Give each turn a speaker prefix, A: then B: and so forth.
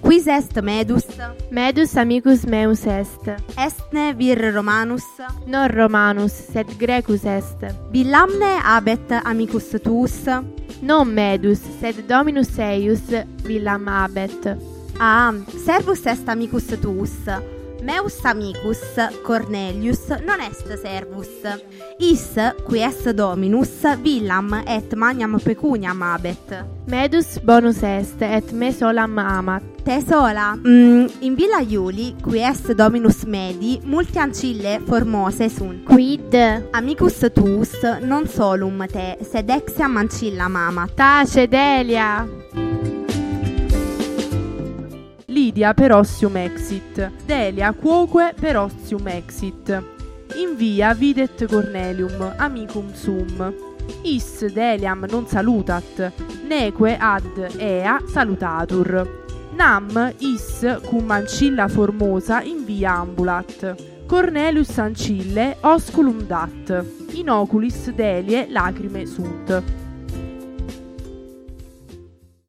A: Quis est medus,
B: Medus amicus meus est,
A: estne vir Romanus,
B: non Romanus, sed Grecus est.
A: villamne abet amicus tuus,
B: Non Medus, sed Dominus eius villam habet.
A: Ah, servus est amicus tuus. Meus amicus Cornelius non est servus. Is qui est dominus villam et magnam pecuniam habet.
B: Medus bonus est, et me solam amat.
A: Te sola mm, in villa Iuli qui est dominus Medi multi ancille formose sunt.
B: Quid?
A: Amicus tuus non solum te sed exiam ancillam amat.
B: Tace Delia!
C: Lydia per ossium exit, Delia quoque per ossium exit. In via videt Cornelium, amicum sum. Is Deliam non salutat, neque ad ea salutatur. Nam is cum ancilla formosa in via ambulat. Cornelius ancille osculum dat, in oculis Delie lacrime sunt.